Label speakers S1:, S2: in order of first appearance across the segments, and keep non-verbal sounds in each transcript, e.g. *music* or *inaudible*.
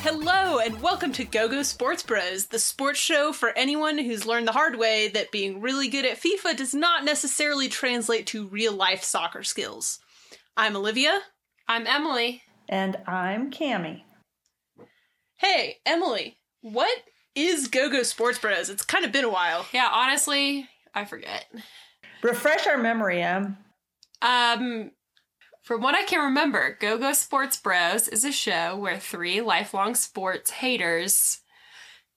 S1: Hello and welcome to GoGo Sports Bros, the sports show for anyone who's learned the hard way that being really good at FIFA does not necessarily translate to real life soccer skills. I'm Olivia.
S2: I'm Emily.
S3: And I'm Cammy.
S1: Hey, Emily, what is GoGo Sports Bros? It's kind of been a while.
S2: Yeah, honestly, I forget.
S3: Refresh our memory, Em.
S2: Um, from what I can remember, Go Go Sports Bros is a show where three lifelong sports haters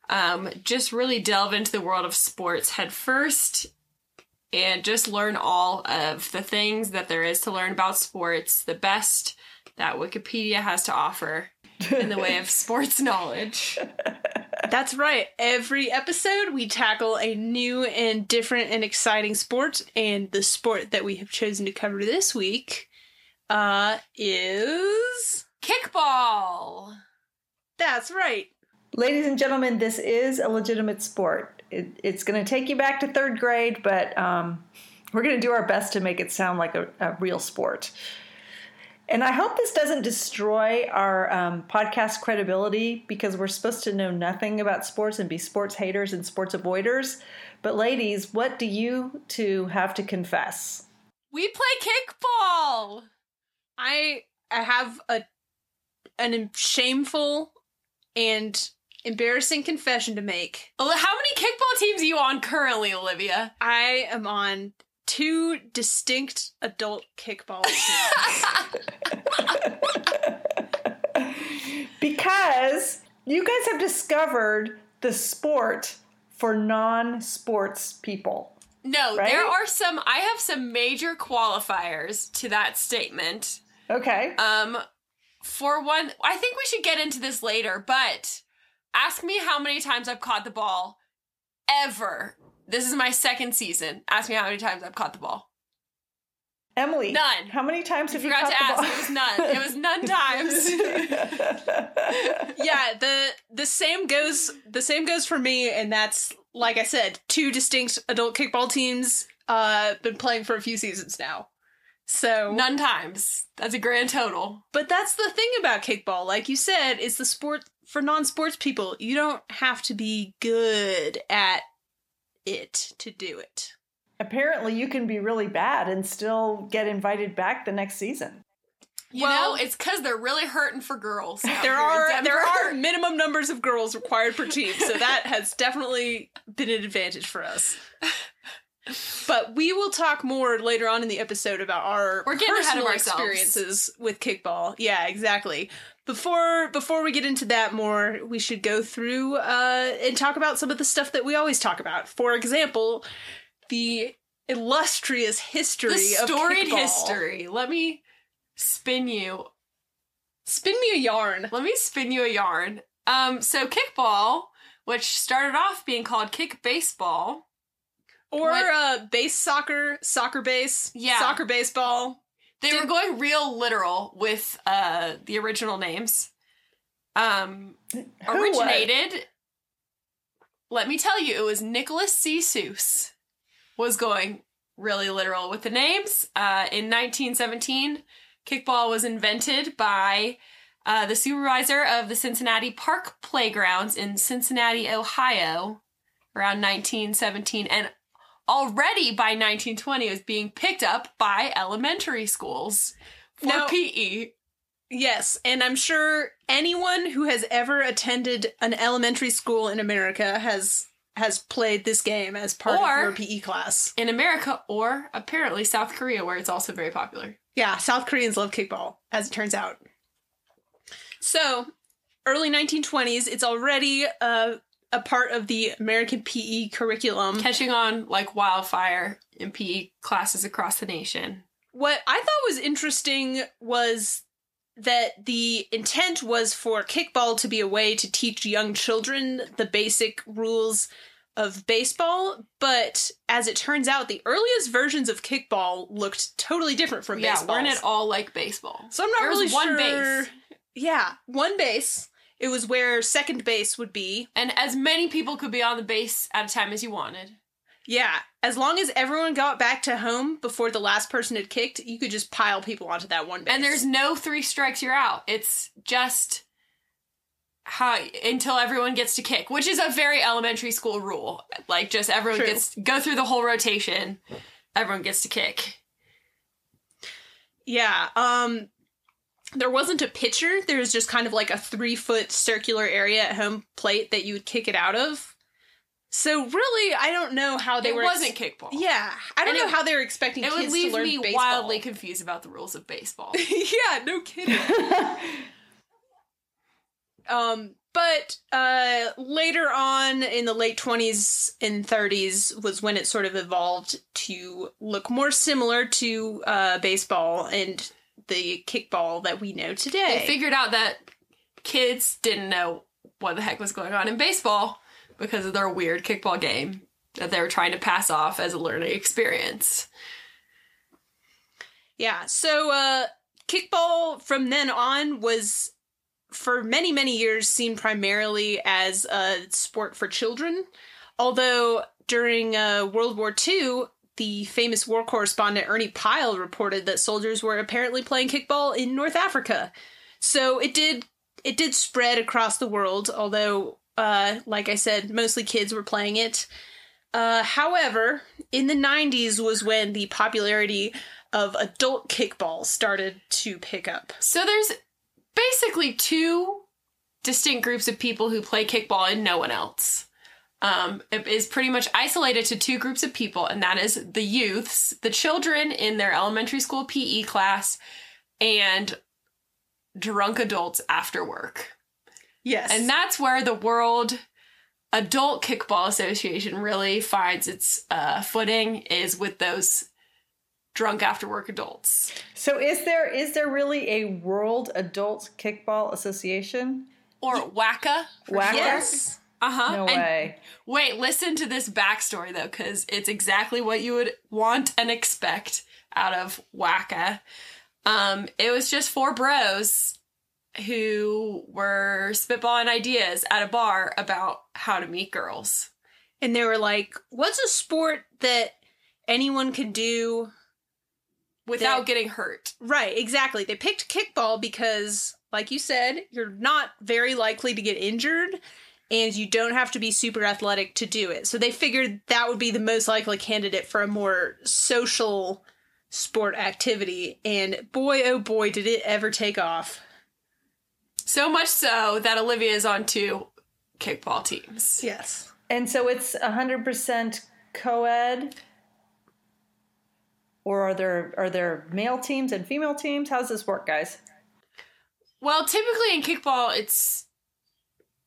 S2: um, just really delve into the world of sports head first and just learn all of the things that there is to learn about sports, the best that Wikipedia has to offer in the way of sports knowledge.
S1: That's right. Every episode, we tackle a new and different and exciting sport, and the sport that we have chosen to cover this week uh, is.
S2: Kickball!
S1: That's right.
S3: Ladies and gentlemen, this is a legitimate sport. It, it's going to take you back to third grade, but um, we're going to do our best to make it sound like a, a real sport. And I hope this doesn't destroy our um, podcast credibility because we're supposed to know nothing about sports and be sports haters and sports avoiders. But, ladies, what do you two have to confess?
S2: We play kickball!
S1: I I have a an em- shameful and embarrassing confession to make.
S2: Oli- How many kickball teams are you on currently, Olivia?
S1: I am on two distinct adult kickball teams.
S3: Because you guys have discovered the sport for non sports people.
S2: No,
S3: Right?
S2: there are some. I have some major qualifiers to that statement.
S3: Okay.
S2: Um, for one, I think we should get into this later. But ask me how many times I've caught the ball ever. This is my second season. Ask me how many times I've caught the ball.
S3: Emily,
S2: none.
S3: how many times have you
S2: Forgot
S3: caught
S2: to
S3: the
S2: ask.
S3: ball?
S2: It was none. It was none
S1: *laughs*
S2: times. *laughs*
S1: yeah, the the same goes the same goes for me and that's like I said, two distinct adult kickball teams uh been playing for a few seasons now. So
S2: none times. That's a grand total.
S1: But that's the thing about kickball, like you said, it's the sport for non sports people. You don't have to be good at it to do it.
S3: *laughs* Apparently, you can be really bad and still get invited back the next season.
S2: You
S1: Well-
S2: know, it's because they're really hurting for girls. out
S1: There
S2: here in
S1: are there
S2: Denver.
S1: are minimum numbers of girls required per team, so that has definitely been an advantage for us. But we will talk more later on in the episode about our
S2: We're getting ahead of
S1: personal
S2: ourselves.
S1: experiences with kickball. Yeah, exactly. Before before we get into that more, we should go through uh, and talk about some of the stuff that we always talk about. For example, the illustrious history
S2: the
S1: of
S2: storied
S1: kickball.
S2: history. Let me spin you.
S1: Spin me a yarn.
S2: Let me spin you a yarn. Um, so kickball, which started off being called kick baseball,
S1: Or
S2: What-
S1: uh, base soccer, soccer base,
S2: Yeah.
S1: soccer baseball.
S2: they were going real literal with uh the original names. Um,
S3: Who was?
S2: originated. Let me tell you, it was Nicholas C. Seuss was going really literal with the names. Uh, in 1917, kickball was invented by uh, the supervisor of the Cincinnati Park Playgrounds in Cincinnati, Ohio, around 1917, and already by 1920 it was being picked up by elementary schools for E
S1: Now-
S2: PE.
S1: Yes, and I'm sure anyone who has ever attended an elementary school in America has has played this game as part
S2: Or-
S1: of your PE class.
S2: in America or apparently South Korea, where it's also very popular.
S1: Yeah, South Koreans love kickball, as it turns out. So, early 1920s, it's already uh, a part of the American PE curriculum.
S2: Catching on like wildfire in PE classes across the nation.
S1: What I thought was interesting was that the intent was for kickball to be a way to teach young children the basic rules of baseball, but as it turns out, the earliest versions of kickball looked totally different from
S2: yeah,
S1: baseball.
S2: weren't at all like baseball.
S1: So I'm not
S2: There was
S1: really
S2: one
S1: sure.
S2: base.
S1: Yeah, one base. It was where second base would be.
S2: And as many people could be on the base at a time as you wanted.
S1: Yeah, as long as everyone got back to home before the last person had kicked, you could just pile people onto that one base.
S2: And there's no three strikes, you're out. It's just how until everyone gets to kick, which is a very elementary school rule. Like just everyone
S1: True.
S2: gets go through the whole rotation. Everyone gets to kick.
S1: Yeah. Um there wasn't a pitcher. There was just kind of like a three foot circular area at home plate that you would kick it out of. So really, I don't know how they
S2: it
S1: were. ex-
S2: wasn't kickball.
S1: yeah, I don't
S2: And
S1: know
S2: it-
S1: how they were expecting
S2: It
S1: kids
S2: would leave
S1: to learn
S2: me
S1: baseball.
S2: wildly confused about the rules
S1: *laughs*
S2: of baseball.
S1: yeah, no kidding. Um, but uh, later on in the late 20s and 30s was when it sort of evolved to look more similar to uh, baseball and the kickball that we know today.
S2: they figured out that kids didn't know what the heck was going on in baseball because of their weird kickball game that they were trying to pass off as a learning experience.
S1: Yeah. So uh kickball from then on was for many many years seen primarily as a sport for children. Although during uh, World War II, the famous war correspondent Ernie Pyle reported that soldiers were apparently playing kickball in North Africa. So it did it did spread across the world, although uh, like I said, mostly kids were playing it. Uh, however, in the 90s was when the popularity of adult kickball started to pick up.
S2: So there's basically two distinct groups of people who play kickball and no one else. Um, it is pretty much isolated to two groups of people, and that is the youths, the children in their elementary school PE class, and drunk adults after work.
S1: Yes.
S2: And that's where the World Adult Kickball Association really finds its uh, footing is with those drunk after work adults.
S3: so is there is there really a World Adult Kickball Association?
S2: Or WACA.
S3: Whacker?
S1: yes.
S2: Uh huh.
S3: No way.
S2: Wait, listen to this backstory though, because it's exactly what you would want and expect out of WACA. Um, it was just four bros who were spitballing ideas at a bar about how to meet girls.
S1: And they were like, what's a sport that anyone can do?
S2: Without
S1: That-
S2: getting hurt.
S1: Right, exactly. They picked kickball because, like you said, you're not very likely to get injured and you don't have to be super athletic to do it. So they figured that would be the most likely candidate for a more social sport activity. And boy, oh boy, did it ever take off.
S2: So much so that Olivia is on two kickball teams.
S1: Yes.
S3: And so it's 100% co-ed or are there are there male teams and female teams? How does this work, guys?
S2: Well, typically in kickball, it's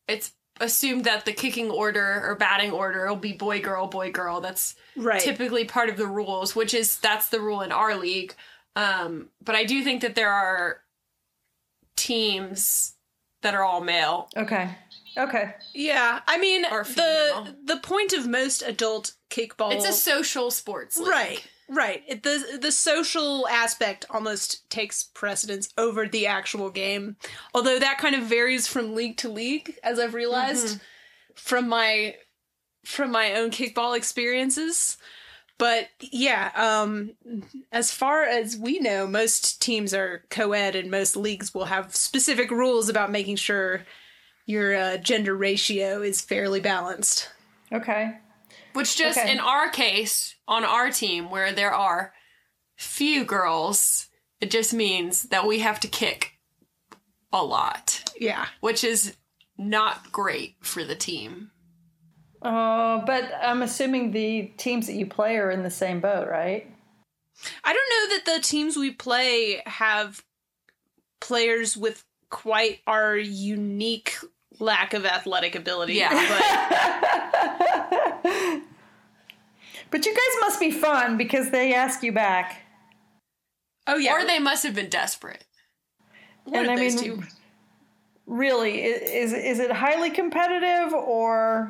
S2: it's assumed that the kicking order or batting order will be boy girl boy girl. That's
S1: Right.
S2: typically part of the rules, which is that's the rule in our league. Um, but I do think that there are teams that are all male.
S3: Okay. Okay.
S1: Yeah, I mean
S2: Or
S1: the
S2: female.
S1: the point of most adult kickball
S2: It's a social sports league.
S1: right, right. It, the the social aspect almost takes precedence over the actual game, although that kind of varies from league to league, as I've realized from my from my own kickball experiences. But yeah, um, as far as we know, most teams are co-ed, and most leagues will have specific rules about making sure your uh, gender ratio is fairly balanced.
S3: Okay.
S2: Which just
S3: Okay.
S2: in our case, on our team where there are few girls, it just means that we have to kick a lot,
S1: Yeah.
S2: which is not great for the team.
S3: Oh, but I'm assuming the teams that you play are in the same boat, right?
S1: I don't know that the teams we play have players with quite our unique lack of athletic ability.
S2: Yeah.
S1: But
S2: *laughs*
S3: But you guys must be fun because they ask you back.
S1: oh yeah.
S2: Or they must have been desperate.
S1: one
S3: and
S1: of
S3: I
S1: those
S3: mean-
S1: two.
S3: Really, i- is is it highly competitive or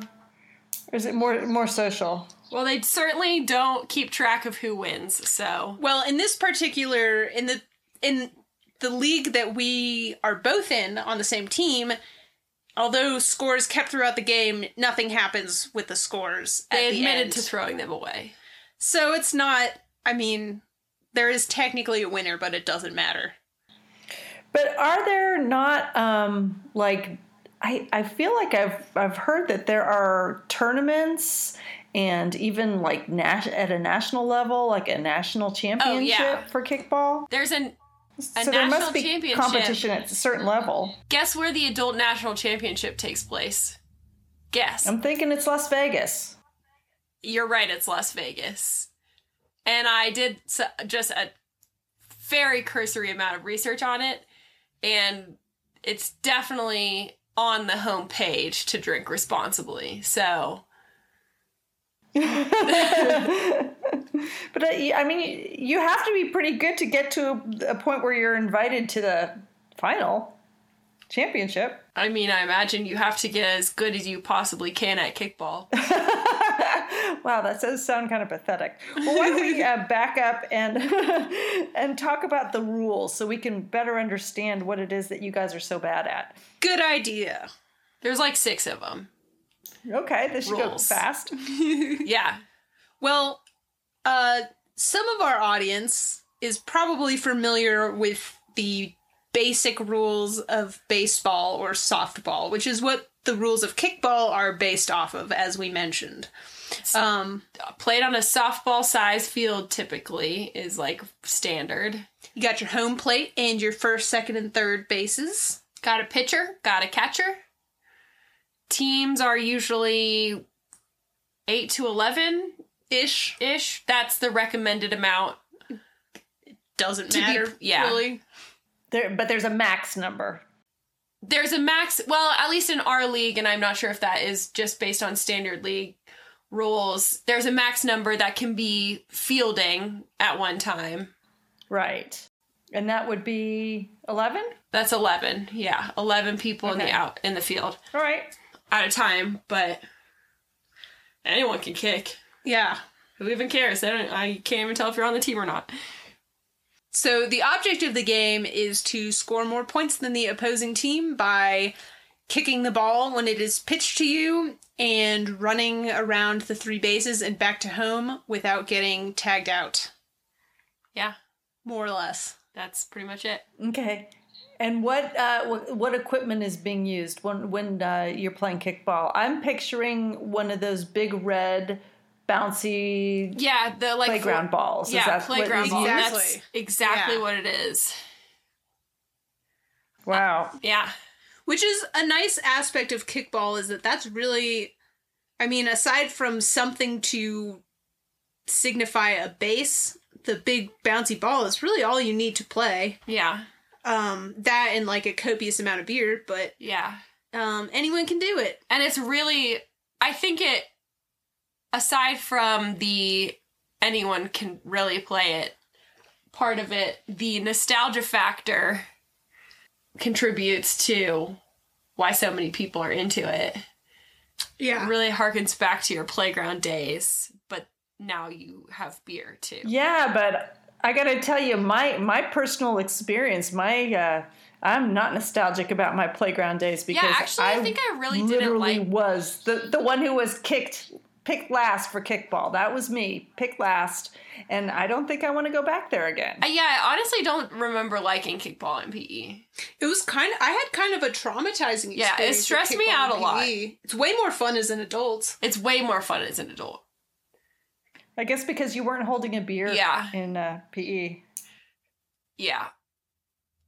S3: is it more more social?
S2: Well, they certainly don't keep track of who wins, so
S1: Well, in this particular in the in the league that we are both in on the same team, although scores kept throughout the game, nothing happens with the scores.
S2: they
S1: at the
S2: admitted
S1: end.
S2: to throwing them away.
S1: So it's not I mean, there is technically a winner, but it doesn't matter.
S3: But are there not um, like I, I feel like I've I've heard that there are tournaments and even like nas- at a national level, like a national championship for kickball.
S2: There's an Oh, A
S3: so there
S2: national
S3: must be
S2: championship.
S3: competition at a certain level.
S2: guess where the adult national championship takes place. Guess.
S1: Um,
S3: I'm thinking it's Las Vegas.
S2: You're right, it's Las Vegas. And I did s- just a very cursory amount of research on it, and it's definitely on the homepage to drink responsibly. So,
S3: But uh, I, I mean, you have to be pretty good to get to a, a point where you're invited to the final championship.
S2: I mean, I imagine you have to get as good as you possibly can at kickball.
S1: *laughs*
S3: Wow, that does sound kind of pathetic. Well, why don't we
S2: *laughs*
S3: uh, back up and *laughs* and talk about the rules so we can better understand what it is that you guys are so bad at.
S1: Good idea.
S2: There's like six of them.
S3: Okay, this should
S2: Rules.
S3: go fast.
S2: Yeah.
S1: Well, uh, some of our audience is probably familiar with the basic rules of baseball or softball, which is what the rules of kickball are based off of, as we mentioned. Um,
S2: Played on a softball size field typically is like standard.
S1: you got your home plate and your first, second, and third bases.
S2: Got a pitcher, got a catcher. Teams are usually 8 to 11
S1: Ish
S2: ish. That's the recommended amount.
S1: doesn't
S2: To be-
S1: matter.
S2: yeah.
S1: really.
S3: There, but there's a max number.
S2: There's a max, well, at least in our league, and I'm not sure if that is just based on standard league rules, there's a max number that can be fielding at one time.
S3: Right. And that would be 11?
S2: That's 11. Yeah, 11 people in the
S3: Okay.
S2: out in the field
S3: All right.
S2: at a time, but anyone can kick.
S1: Yeah.
S2: Who even cares? They don't, I can't even tell if you're on the team or not.
S1: So the object of the game is to score more points than the opposing team by kicking the ball when it is pitched to you and running around the three bases and back to home without getting tagged out,
S2: Yeah,
S1: more or less.
S2: that's pretty much it.
S3: Okay. And what uh, what, what equipment is being used when when uh, you're playing kickball? I'm picturing one of those big red bouncy
S2: Yeah, the like
S3: playground
S2: four-
S3: balls. Is
S2: yeah,
S3: that what
S2: playground
S3: you
S2: ball.
S3: use?
S1: Exactly.
S2: That's exactly
S1: Yeah.
S2: what it is.
S3: Wow.
S2: Yeah,
S1: Which is a nice aspect of kickball is that that's really, I mean, aside from something to signify a base, the big bouncy ball is really all you need to play.
S2: yeah,
S1: Um, that and like a copious amount of beer, but
S2: yeah.
S1: um, anyone can do it.
S2: And it's really, I think it, aside from the anyone can really play it part of it, the nostalgia factor contributes to why so many people are into it. It
S1: Yeah.
S2: really harkens back to your playground days, but now you have beer too.
S3: Yeah, but I got to tell you, my my personal experience, my uh, I'm not nostalgic about my playground days because
S2: actually, I think I really didn't
S3: literally
S2: like-
S3: was the the one who was kicked picked last for kickball. That was me, picked last, and I don't think I want to go back there again.
S2: Uh, Yeah, I honestly don't remember liking kickball in E. PE.
S1: It was kind of, I had kind of a traumatizing experience.
S2: Yeah, it
S1: with
S2: stressed me
S1: kickball
S2: out
S1: and
S2: a lot.
S1: PE. E. It's way more fun as an adult.
S2: It's way more fun as an adult.
S3: I guess because you weren't holding a beer
S2: Yeah.
S3: in uh, PE.
S2: Yeah.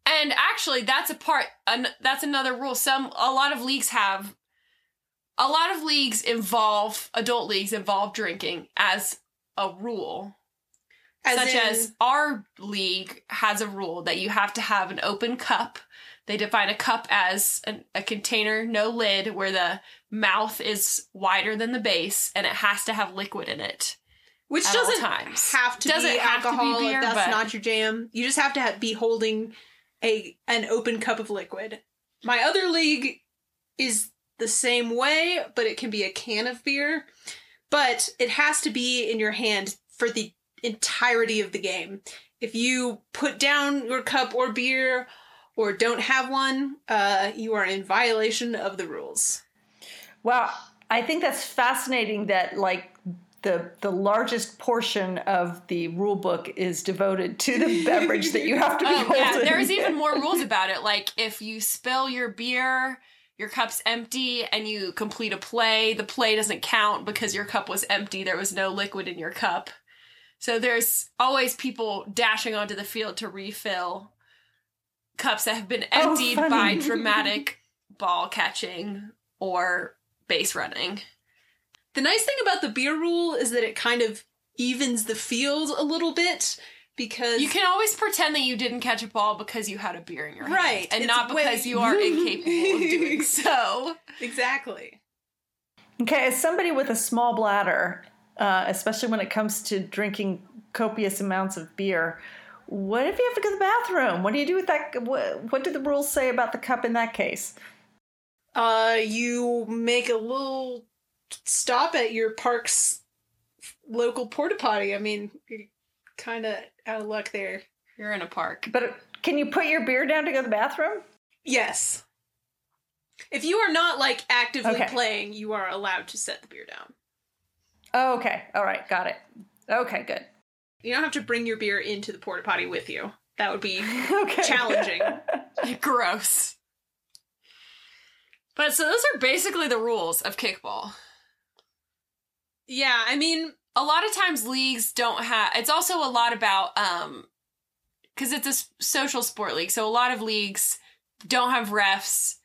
S2: And actually, that's a part. An, that's another rule. Some a lot of leagues have. A lot of leagues involve adult leagues involve drinking as a rule.
S1: As
S2: such
S1: in-
S2: as our league has a rule that you have to have an open cup. They define a cup as an, a container, no lid, where the mouth is wider than the base, and it has to have liquid in it.
S1: which
S2: at all
S1: doesn't
S2: times.
S1: have to
S2: Doesn't
S1: be
S2: have to be
S1: alcohol
S2: beer,
S1: if that's
S2: but-
S1: not your jam. You just have to ha- be holding a an open cup of liquid. My other league is the same way, but it can be a can of beer, but it has to be in your hand for the entirety of the game. If you put down your cup or beer or don't have one, uh, you are in violation of the rules.
S3: Well, I think that's fascinating that like the the largest portion of the rule book is devoted to
S2: *laughs*
S3: the *laughs* beverage that you have to be
S2: Oh yeah,
S3: holding.
S2: there's even more rules about it. Like if you spill your beer your cup's empty and you complete a play. The play doesn't count because your cup was empty. There was no liquid in your cup. So there's always people dashing onto the field to refill cups that have been
S3: Oh,
S2: emptied
S3: funny.
S2: by dramatic ball catching or base running.
S1: The nice thing about the beer rule is that it kind of evens the field a little bit because
S2: You can always pretend that you didn't catch a ball because you had a beer in your hand,
S1: Right.
S2: and
S1: It's
S2: not
S1: way-
S2: because you are incapable of doing so.
S1: exactly.
S3: Okay, as somebody with a small bladder, uh, especially when it comes to drinking copious amounts of beer, what if you have to go to the bathroom? What do you do with that? What, what do the rules say about the cup in that case?
S1: Uh, you make a little stop at your park's local porta potty. I mean, you're kind of out of luck there.
S2: You're in a park. *laughs*
S3: But can you put your beer down to go to the bathroom?
S1: Yes. If you are not like actively
S3: Okay.
S1: playing, you are allowed to set the beer down.
S3: Oh, okay, all right, got it. Okay, good. *laughs*
S1: You don't have to bring your beer into the porta potty with you. That would *laughs* be
S3: Okay, *laughs*
S1: challenging.
S2: Gross. But so those are basically the rules of kickball.
S1: yeah, I mean,
S2: A lot of times leagues don't have it's also a lot about um cuz it's a s- social sport league. So a lot of leagues don't have refs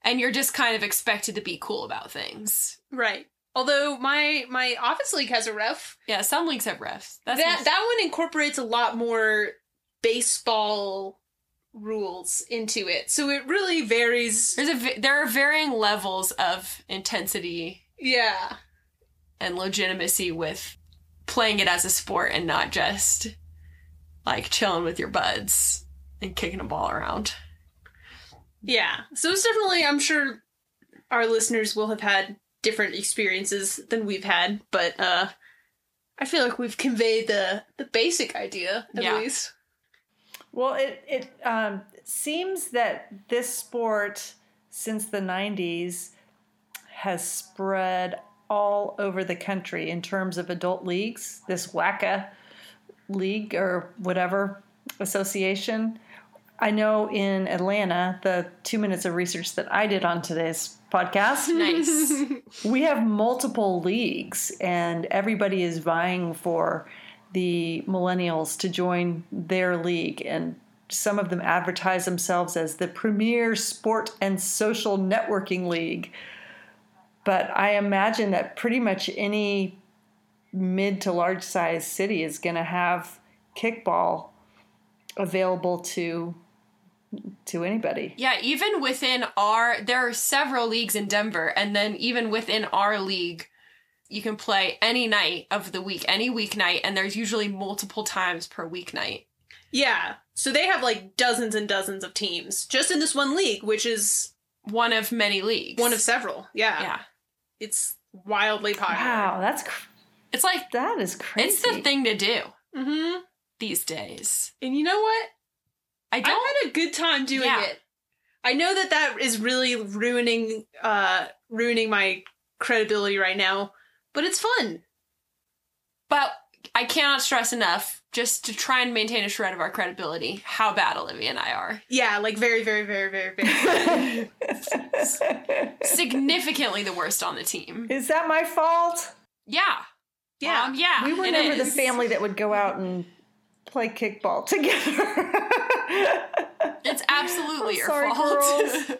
S2: and you're just kind of expected to be cool about things.
S1: right. Although my my office league has a ref,
S2: Yeah, some leagues have refs. That's
S1: that that one incorporates a lot more baseball rules into it. So it really varies.
S2: There's a v- there are varying levels of intensity
S1: Yeah.
S2: and legitimacy with playing it as a sport and not just like chilling with your buds and kicking a ball around.
S1: Yeah. So it's definitely I'm sure our listeners will have had different experiences than we've had, but uh I feel like we've conveyed the the basic idea at
S2: Yeah.
S1: least.
S3: Well, it it um, seems that this sport since the '90s has spread all over the country in terms of adult leagues. This WACA league or whatever association. I know in Atlanta, the two minutes of research that I did on today's
S1: *laughs*
S3: podcast,
S2: Nice.
S3: we have multiple leagues and everybody is vying for the millennials to join their league and some of them advertise themselves as the premier sport and social networking league but i imagine that pretty much any mid to large size city is going to have kickball available to to anybody
S2: yeah, even within our there are several leagues in Denver and then even within our league you can play any night of the week, any weeknight and there's usually multiple times per weeknight.
S1: yeah. So they have like dozens and dozens of teams just in this one league, which is
S2: One of many leagues.
S1: one of several. Yeah.
S2: Yeah.
S1: It's wildly popular.
S3: wow that's cr-
S2: It's like
S3: that is crazy
S2: it's the thing to do
S1: Mhm.
S2: these days.
S1: And you know what?
S2: I
S1: I
S2: don't
S1: had a good time doing
S2: Yeah.
S1: it. I know that that is really ruining uh ruining my credibility right now, but it's fun.
S2: But I cannot stress enough, just to try and maintain a shred of our credibility, how bad Olivia and I
S3: *laughs*
S2: are.
S1: Yeah, like very very very very very.
S2: *laughs* Significantly the worst on the team.
S3: Is that my fault?
S2: Yeah.
S1: Yeah.
S2: Mom, yeah.
S3: We were
S2: it
S3: never
S2: is.
S3: the family that would go out and play kickball *laughs* together.
S2: It's absolutely
S3: I'm
S2: your
S3: sorry,
S2: fault. *laughs*
S3: girls.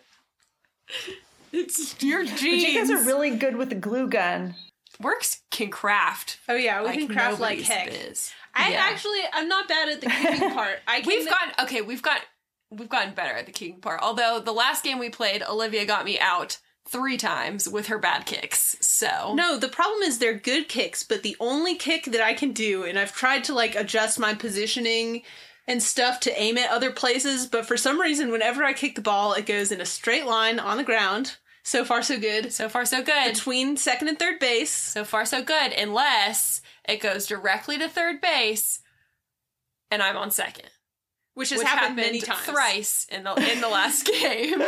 S2: it's your genes.
S3: But you guys are really good with the glue gun.
S2: Works can craft.
S1: oh yeah, we
S2: like
S1: can craft like
S2: nobody's
S1: heck.
S2: biz.
S1: I
S3: Yeah.
S1: actually I'm not bad
S2: *laughs*
S1: at the keeping part. I can
S2: We've gotten okay, we've got we've gotten better at the kicking part. Although the last game we played, Olivia got me out three times with her bad kicks. So
S1: No, the problem is they're good kicks, but the only kick that I can do, and I've tried to like adjust my positioning and stuff to aim at other places, but for some reason, whenever I kick the ball, it goes in a straight line on the ground. So far, so good.
S2: so far so good.
S1: Between second and third base.
S2: So far, so good, unless it goes directly to third base, and I'm on second,
S1: Which has happened, many times.
S2: thrice in the in the last *laughs* game.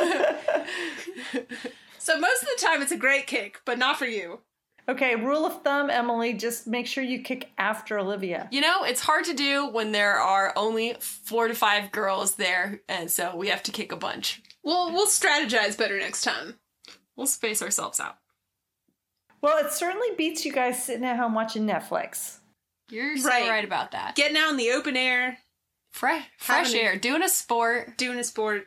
S1: So most of the time, it's a great kick, but not for you.
S3: Okay, rule of thumb, Emily, just make sure you kick after Olivia.
S2: you know, it's hard to do when there are only four to five girls there, and so we have to kick a bunch.
S1: We'll we'll strategize better next time.
S2: We'll space ourselves out.
S3: Well, it certainly beats you guys sitting at home watching Netflix.
S2: You're so
S1: Right.
S2: right, about that.
S1: Getting out in the open air,
S2: fresh, fresh
S1: Having-
S2: air, doing a sport.
S1: doing a sport.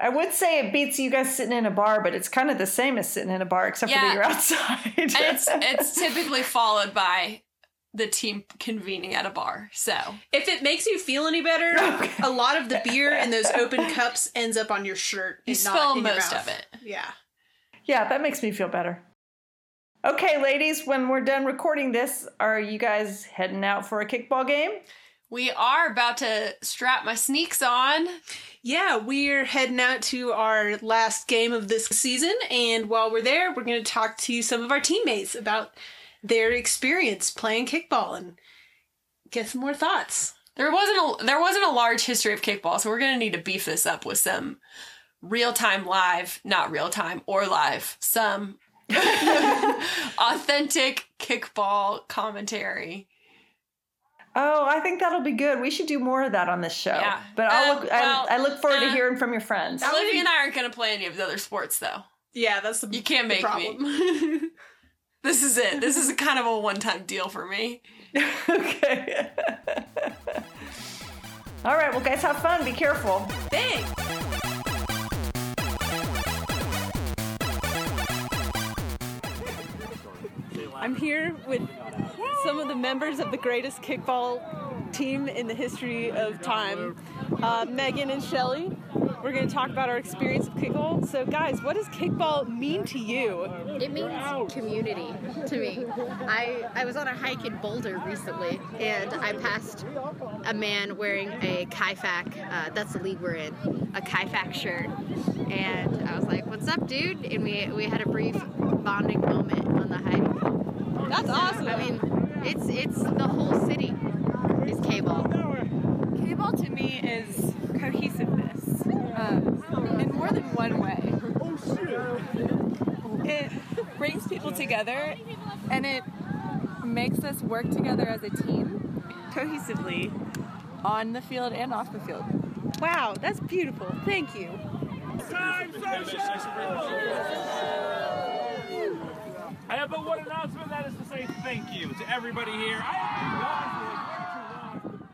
S3: I would say it beats you guys sitting in a bar, but it's kind of the same as sitting in a bar, except for
S2: Yeah.
S3: that you're *laughs* outside.
S2: And
S1: *laughs*
S2: it's it's typically followed by the team convening at a bar. So
S1: If it makes you feel any
S2: *laughs*
S1: better,
S3: Okay.
S1: a lot of the beer in those open cups ends up on your shirt.
S2: you
S1: and not
S2: spill
S1: in your
S2: most
S1: mouth.
S2: of it.
S1: Yeah.
S3: yeah, that makes me feel better. Okay, ladies, when we're done recording this, are you guys heading out for a kickball game?
S2: We are about to strap my sneaks on.
S1: Yeah, we're heading out to our last game of this season, and while we're there, we're going to talk to some of our teammates about their experience playing kickball and get some more thoughts.
S2: There wasn't a there wasn't a large history of kickball, so we're gonna need to beef this up with some real time live, not real time or live, some *laughs* authentic kickball commentary.
S3: Oh, I think that'll be good. We should do more of that on this show.
S2: Yeah.
S3: But I'll
S2: Um,
S3: look.
S2: well,
S3: I, I look forward to
S2: uh,
S3: hearing from your friends.
S2: Olivia and I aren't gonna play any of the other sports though.
S1: Yeah, that's the
S2: You can't
S1: the
S2: make
S1: problem.
S2: *laughs* me. This is it. This is kind of a one time deal for me.
S3: okay. *laughs* All right. Well, guys, have fun. Be careful.
S1: Thanks. I'm here with some of the members of the greatest kickball team in the history of time, uh, Megan and Shelly. We're going to talk about our experience of kickball. So, guys, what does kickball mean to you?
S4: It means community to me. I, I was on a hike in Boulder recently, and I passed a man wearing a Kaifak, uh, that's the league we're in, a Kaifak shirt. And I was like, what's up, dude? And we, we had a brief bonding moment on the hike.
S1: That's awesome.
S4: I mean, it's, it's the whole city is K-ball.
S5: Cable to me is cohesiveness um, in more than one way. It brings people together and it makes us work together as a team cohesively on the field and off the field. Wow, that's beautiful. Thank you.
S6: I have but one announcement that is to say thank you to everybody here. I have been gone for like way too long.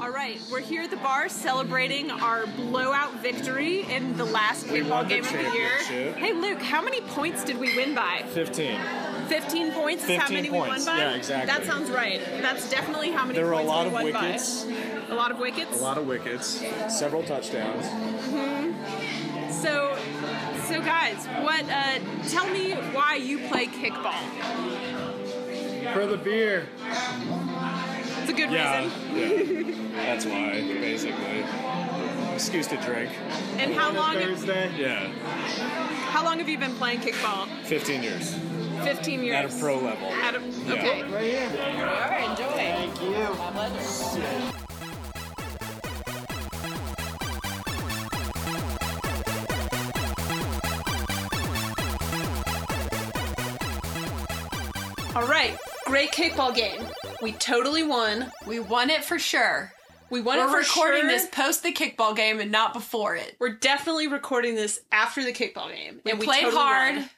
S5: All right, we're here at the bar celebrating our blowout victory in the last kickball game of the year. Hey, Luke, how many points did we win by?
S7: 15.
S5: 15 points is how
S7: 15
S5: many
S7: points.
S5: we won by?
S7: Yeah, exactly.
S5: That sounds right. That's definitely how many
S7: There were a
S5: points
S7: lot
S5: we
S7: of
S5: won
S7: wickets,
S5: by. A lot of wickets.
S7: a lot of wickets, several touchdowns.
S5: So, so guys, what? Uh, tell me why you play kickball.
S7: For the beer.
S5: It's a good
S7: Yeah.
S5: reason.
S7: yeah. That's why, basically. Excuse to drink.
S5: And how long? Have,
S7: Thursday? Yeah.
S5: how long have you been playing kickball?
S7: 15 years.
S5: 15 years.
S7: At a pro level.
S5: At a- okay.
S1: All right, great kickball game. We totally won.
S2: We won it for sure.
S1: We won it
S2: We're
S1: for
S2: recording
S1: sure.
S2: this post the kickball game and not before it.
S1: We're definitely recording this after the kickball game.
S2: We
S1: and we
S2: played
S1: totally
S2: hard.
S1: won.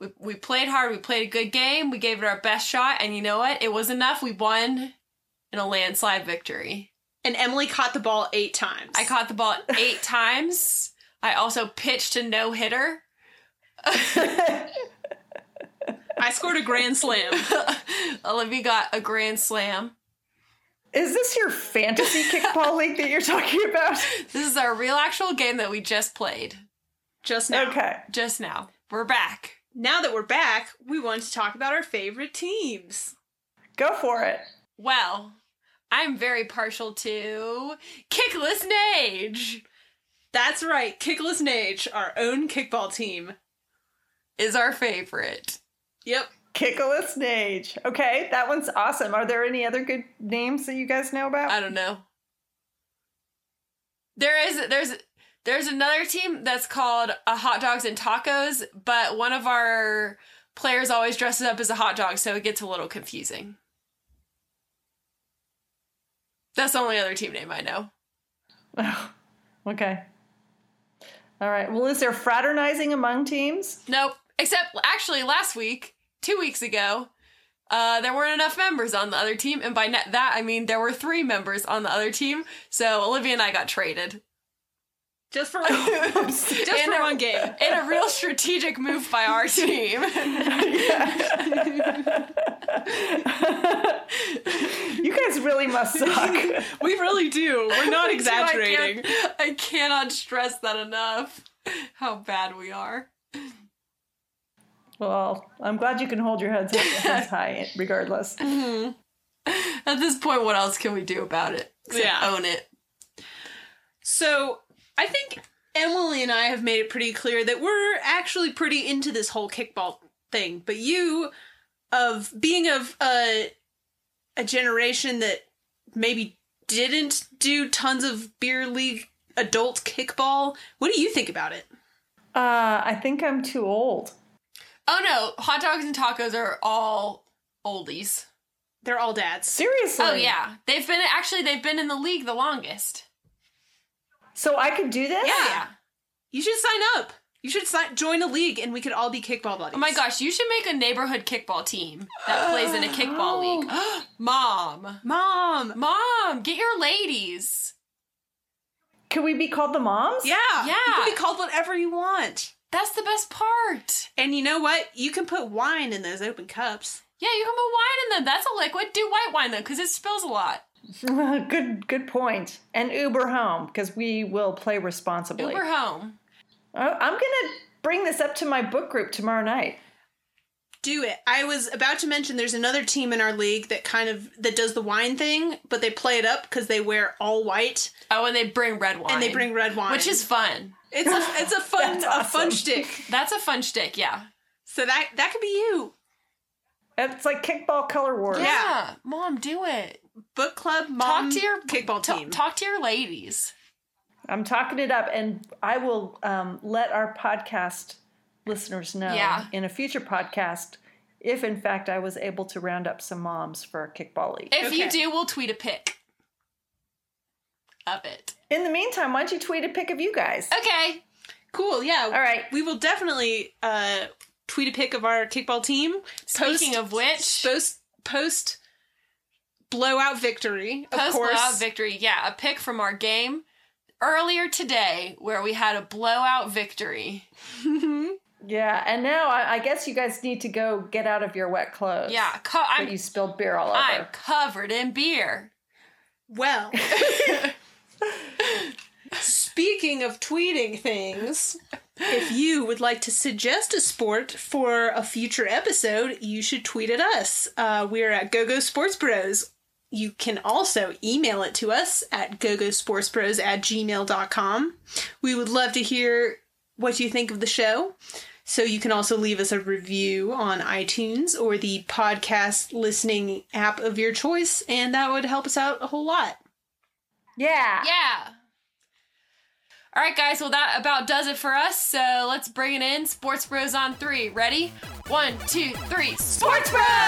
S2: We, we played hard. We played a good game. We gave it our best shot, and you know what? It was enough. We won in a landslide victory.
S1: And Emily caught the ball eight times.
S2: I caught the ball eight times. I also pitched a no hitter.
S1: I scored a grand slam.
S2: Olivia got a grand slam.
S3: Is this your
S2: *laughs*
S3: fantasy kickball league that you're talking about?
S2: This is our real actual game that we just played
S1: Just now.
S3: Okay.
S2: just now. We're back.
S1: Now that we're back, *laughs* we want to talk about our favorite teams.
S3: Go for it.
S2: Well, I'm very partial to Kickless Nage
S1: That's right, Kickless Nage, our own kickball team.
S2: is our favorite.
S1: Yep.
S3: Kickless Nage. Okay, that one's awesome. Are there any other good names that you guys know about?
S2: I don't know. There is there's there's another team that's called uh, Hot Dogs and Tacos, but one of our players always dresses up as a hot dog, so it gets a little confusing. That's the only other team name I know.
S3: okay. All right. Well, is there fraternizing among teams?
S2: Nope. Except actually last week, two weeks ago, uh, there weren't enough members on the other team, and by na- that I mean there were three members on the other team. So Olivia and I got traded.
S1: Just
S7: *laughs*
S1: for just
S2: In
S1: for
S2: a-
S1: one game.
S2: In a real strategic move by *laughs* our team.
S3: You guys really
S2: *laughs*
S3: must suck.
S1: We really do. We're not
S2: I
S1: exaggerating.
S2: can't- I cannot stress that enough. How bad we are.
S3: well, I'm glad you can hold your heads
S2: *laughs*
S3: heads high regardless. Uh,
S2: At this point, what else can we do about it? Except
S1: Yeah.
S2: own it.
S1: So I think Emily and I have made it pretty clear that we're actually pretty into this whole kickball thing. But you, of being of a a generation that maybe didn't do tons of beer league adult kickball, what do you think about it?
S3: Uh, I think I'm too old.
S2: Oh no, hot dogs and tacos are all oldies.
S1: They're all dads.
S3: Seriously.
S2: Oh yeah, they've been actually they've been in the league the longest. Oh,
S3: So I could do this?
S2: Yeah.
S1: You should sign up. You should sign, join a league, and we could all be kickball buddies.
S2: Oh my gosh, you should make a neighborhood kickball team that plays in a *gasps* kickball league. Mom,
S1: mom!
S2: mom, get your ladies.
S3: Could we be called the moms?
S1: Yeah,
S2: Yeah.
S1: You can be called whatever you want.
S2: That's the best part.
S1: And you know what? You can put wine in those open cups.
S2: Yeah, you can put wine in them. That's a liquid. Do white wine though, because it spills a lot.
S3: *laughs* good good point. And Uber home because we will play responsibly.
S2: Uber home.
S3: I- I'm gonna bring this up to my book group tomorrow night.
S1: Do it. I was about to mention there's another team in our league that kind of that does the wine thing, but they play it up because they wear all white
S2: Oh, and they bring red wine.
S1: and they bring red wine,
S2: which is fun.
S1: *laughs* it's a it's
S2: *laughs*
S1: a fun
S3: That's
S1: a fun
S3: awesome.
S1: shtick.
S2: That's a fun shtick. Yeah.
S1: So that that could be you.
S3: It's like kickball color wars.
S1: Yeah.
S2: mom, do it.
S1: Book club mom
S2: Talk to your
S1: kickball
S2: ta-
S1: team.
S2: talk to your ladies.
S3: I'm talking it up, and I will um, let our podcast listeners know
S2: Yeah.
S3: in a future podcast if, in fact, I was able to round up some moms for our kickball league.
S2: If you
S1: Okay.
S2: do, we'll tweet a pic of it.
S3: In the meantime, why don't you tweet a pic of you guys?
S2: Okay.
S1: cool, yeah.
S3: All right.
S1: We will definitely uh tweet a pic of our kickball team.
S2: Speaking of which,
S1: post post blowout victory, of
S2: post
S1: course.
S2: blowout victory. Yeah, a pick from our game earlier today where we had a blowout victory.
S3: Yeah, and now I, I guess you guys need to go get out of your wet clothes.
S2: Yeah, co-
S3: That
S2: I'm
S3: you spilled beer all over.
S2: I'm covered in beer.
S1: Well, speaking of tweeting things, if you would like to suggest a sport for a future episode, you should tweet at us. Uh, we're at GoGo Sports Bros. You can also email it to us at gogosportsbros at gmail.com. We would love to hear what you think of the show. So you can also leave us a review on iTunes or the podcast listening app of your choice, and that would help us out a whole lot.
S3: yeah.
S2: Yeah. All right, guys. Well, that about does it for us. So let's bring it in. Sports Bros on three. Ready? One, two, three. Sports Bros.